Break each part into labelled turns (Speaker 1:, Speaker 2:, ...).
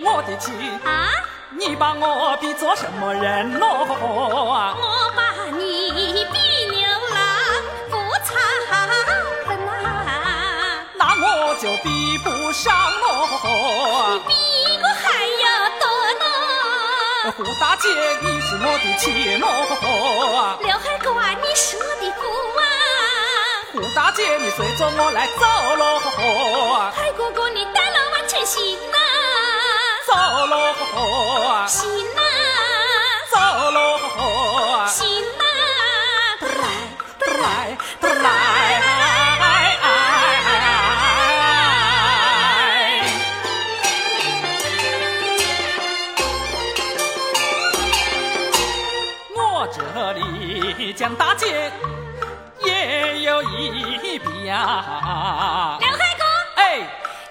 Speaker 1: 我的情，
Speaker 2: 啊，
Speaker 1: 你把我比作什么人喽、啊？
Speaker 2: 我把你比牛郎不差分呐，
Speaker 1: 那我就比不上
Speaker 2: 你
Speaker 1: 喽。
Speaker 2: 比我还要多呢。
Speaker 1: 胡大姐，你是我的情喽。
Speaker 2: 刘海瓜，你是我的姑啊，
Speaker 1: 胡大姐，你随着我来走啊喽，
Speaker 2: 海哥哥，你带了我去行呐，
Speaker 1: 走喽，
Speaker 2: 行呐，
Speaker 1: 走啊喽。
Speaker 2: 行呐，得来
Speaker 1: 得来得来哎哎哎哎！我这里江大姐也有一笔呀，
Speaker 2: 刘海哥，
Speaker 1: 哎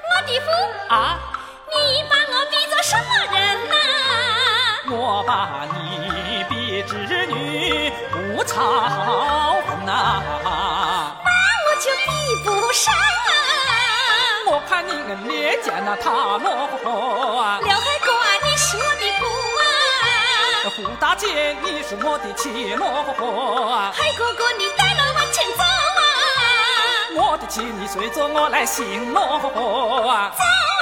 Speaker 2: 我的夫，
Speaker 1: 啊，
Speaker 2: 你把我比作什么人呐？
Speaker 1: 我把你比织女不超分呐。
Speaker 2: 那我就比不上啊。
Speaker 1: 我看你恩脸见那他么啊，
Speaker 2: 刘海哥啊，你是我的姑啊，
Speaker 1: 胡大姐你是我的妻么啊，
Speaker 2: 海哥哥你带了我前走啊，
Speaker 1: 我的妻你随着我来行么啊，
Speaker 2: 走啊，啊
Speaker 1: 啊
Speaker 2: 啊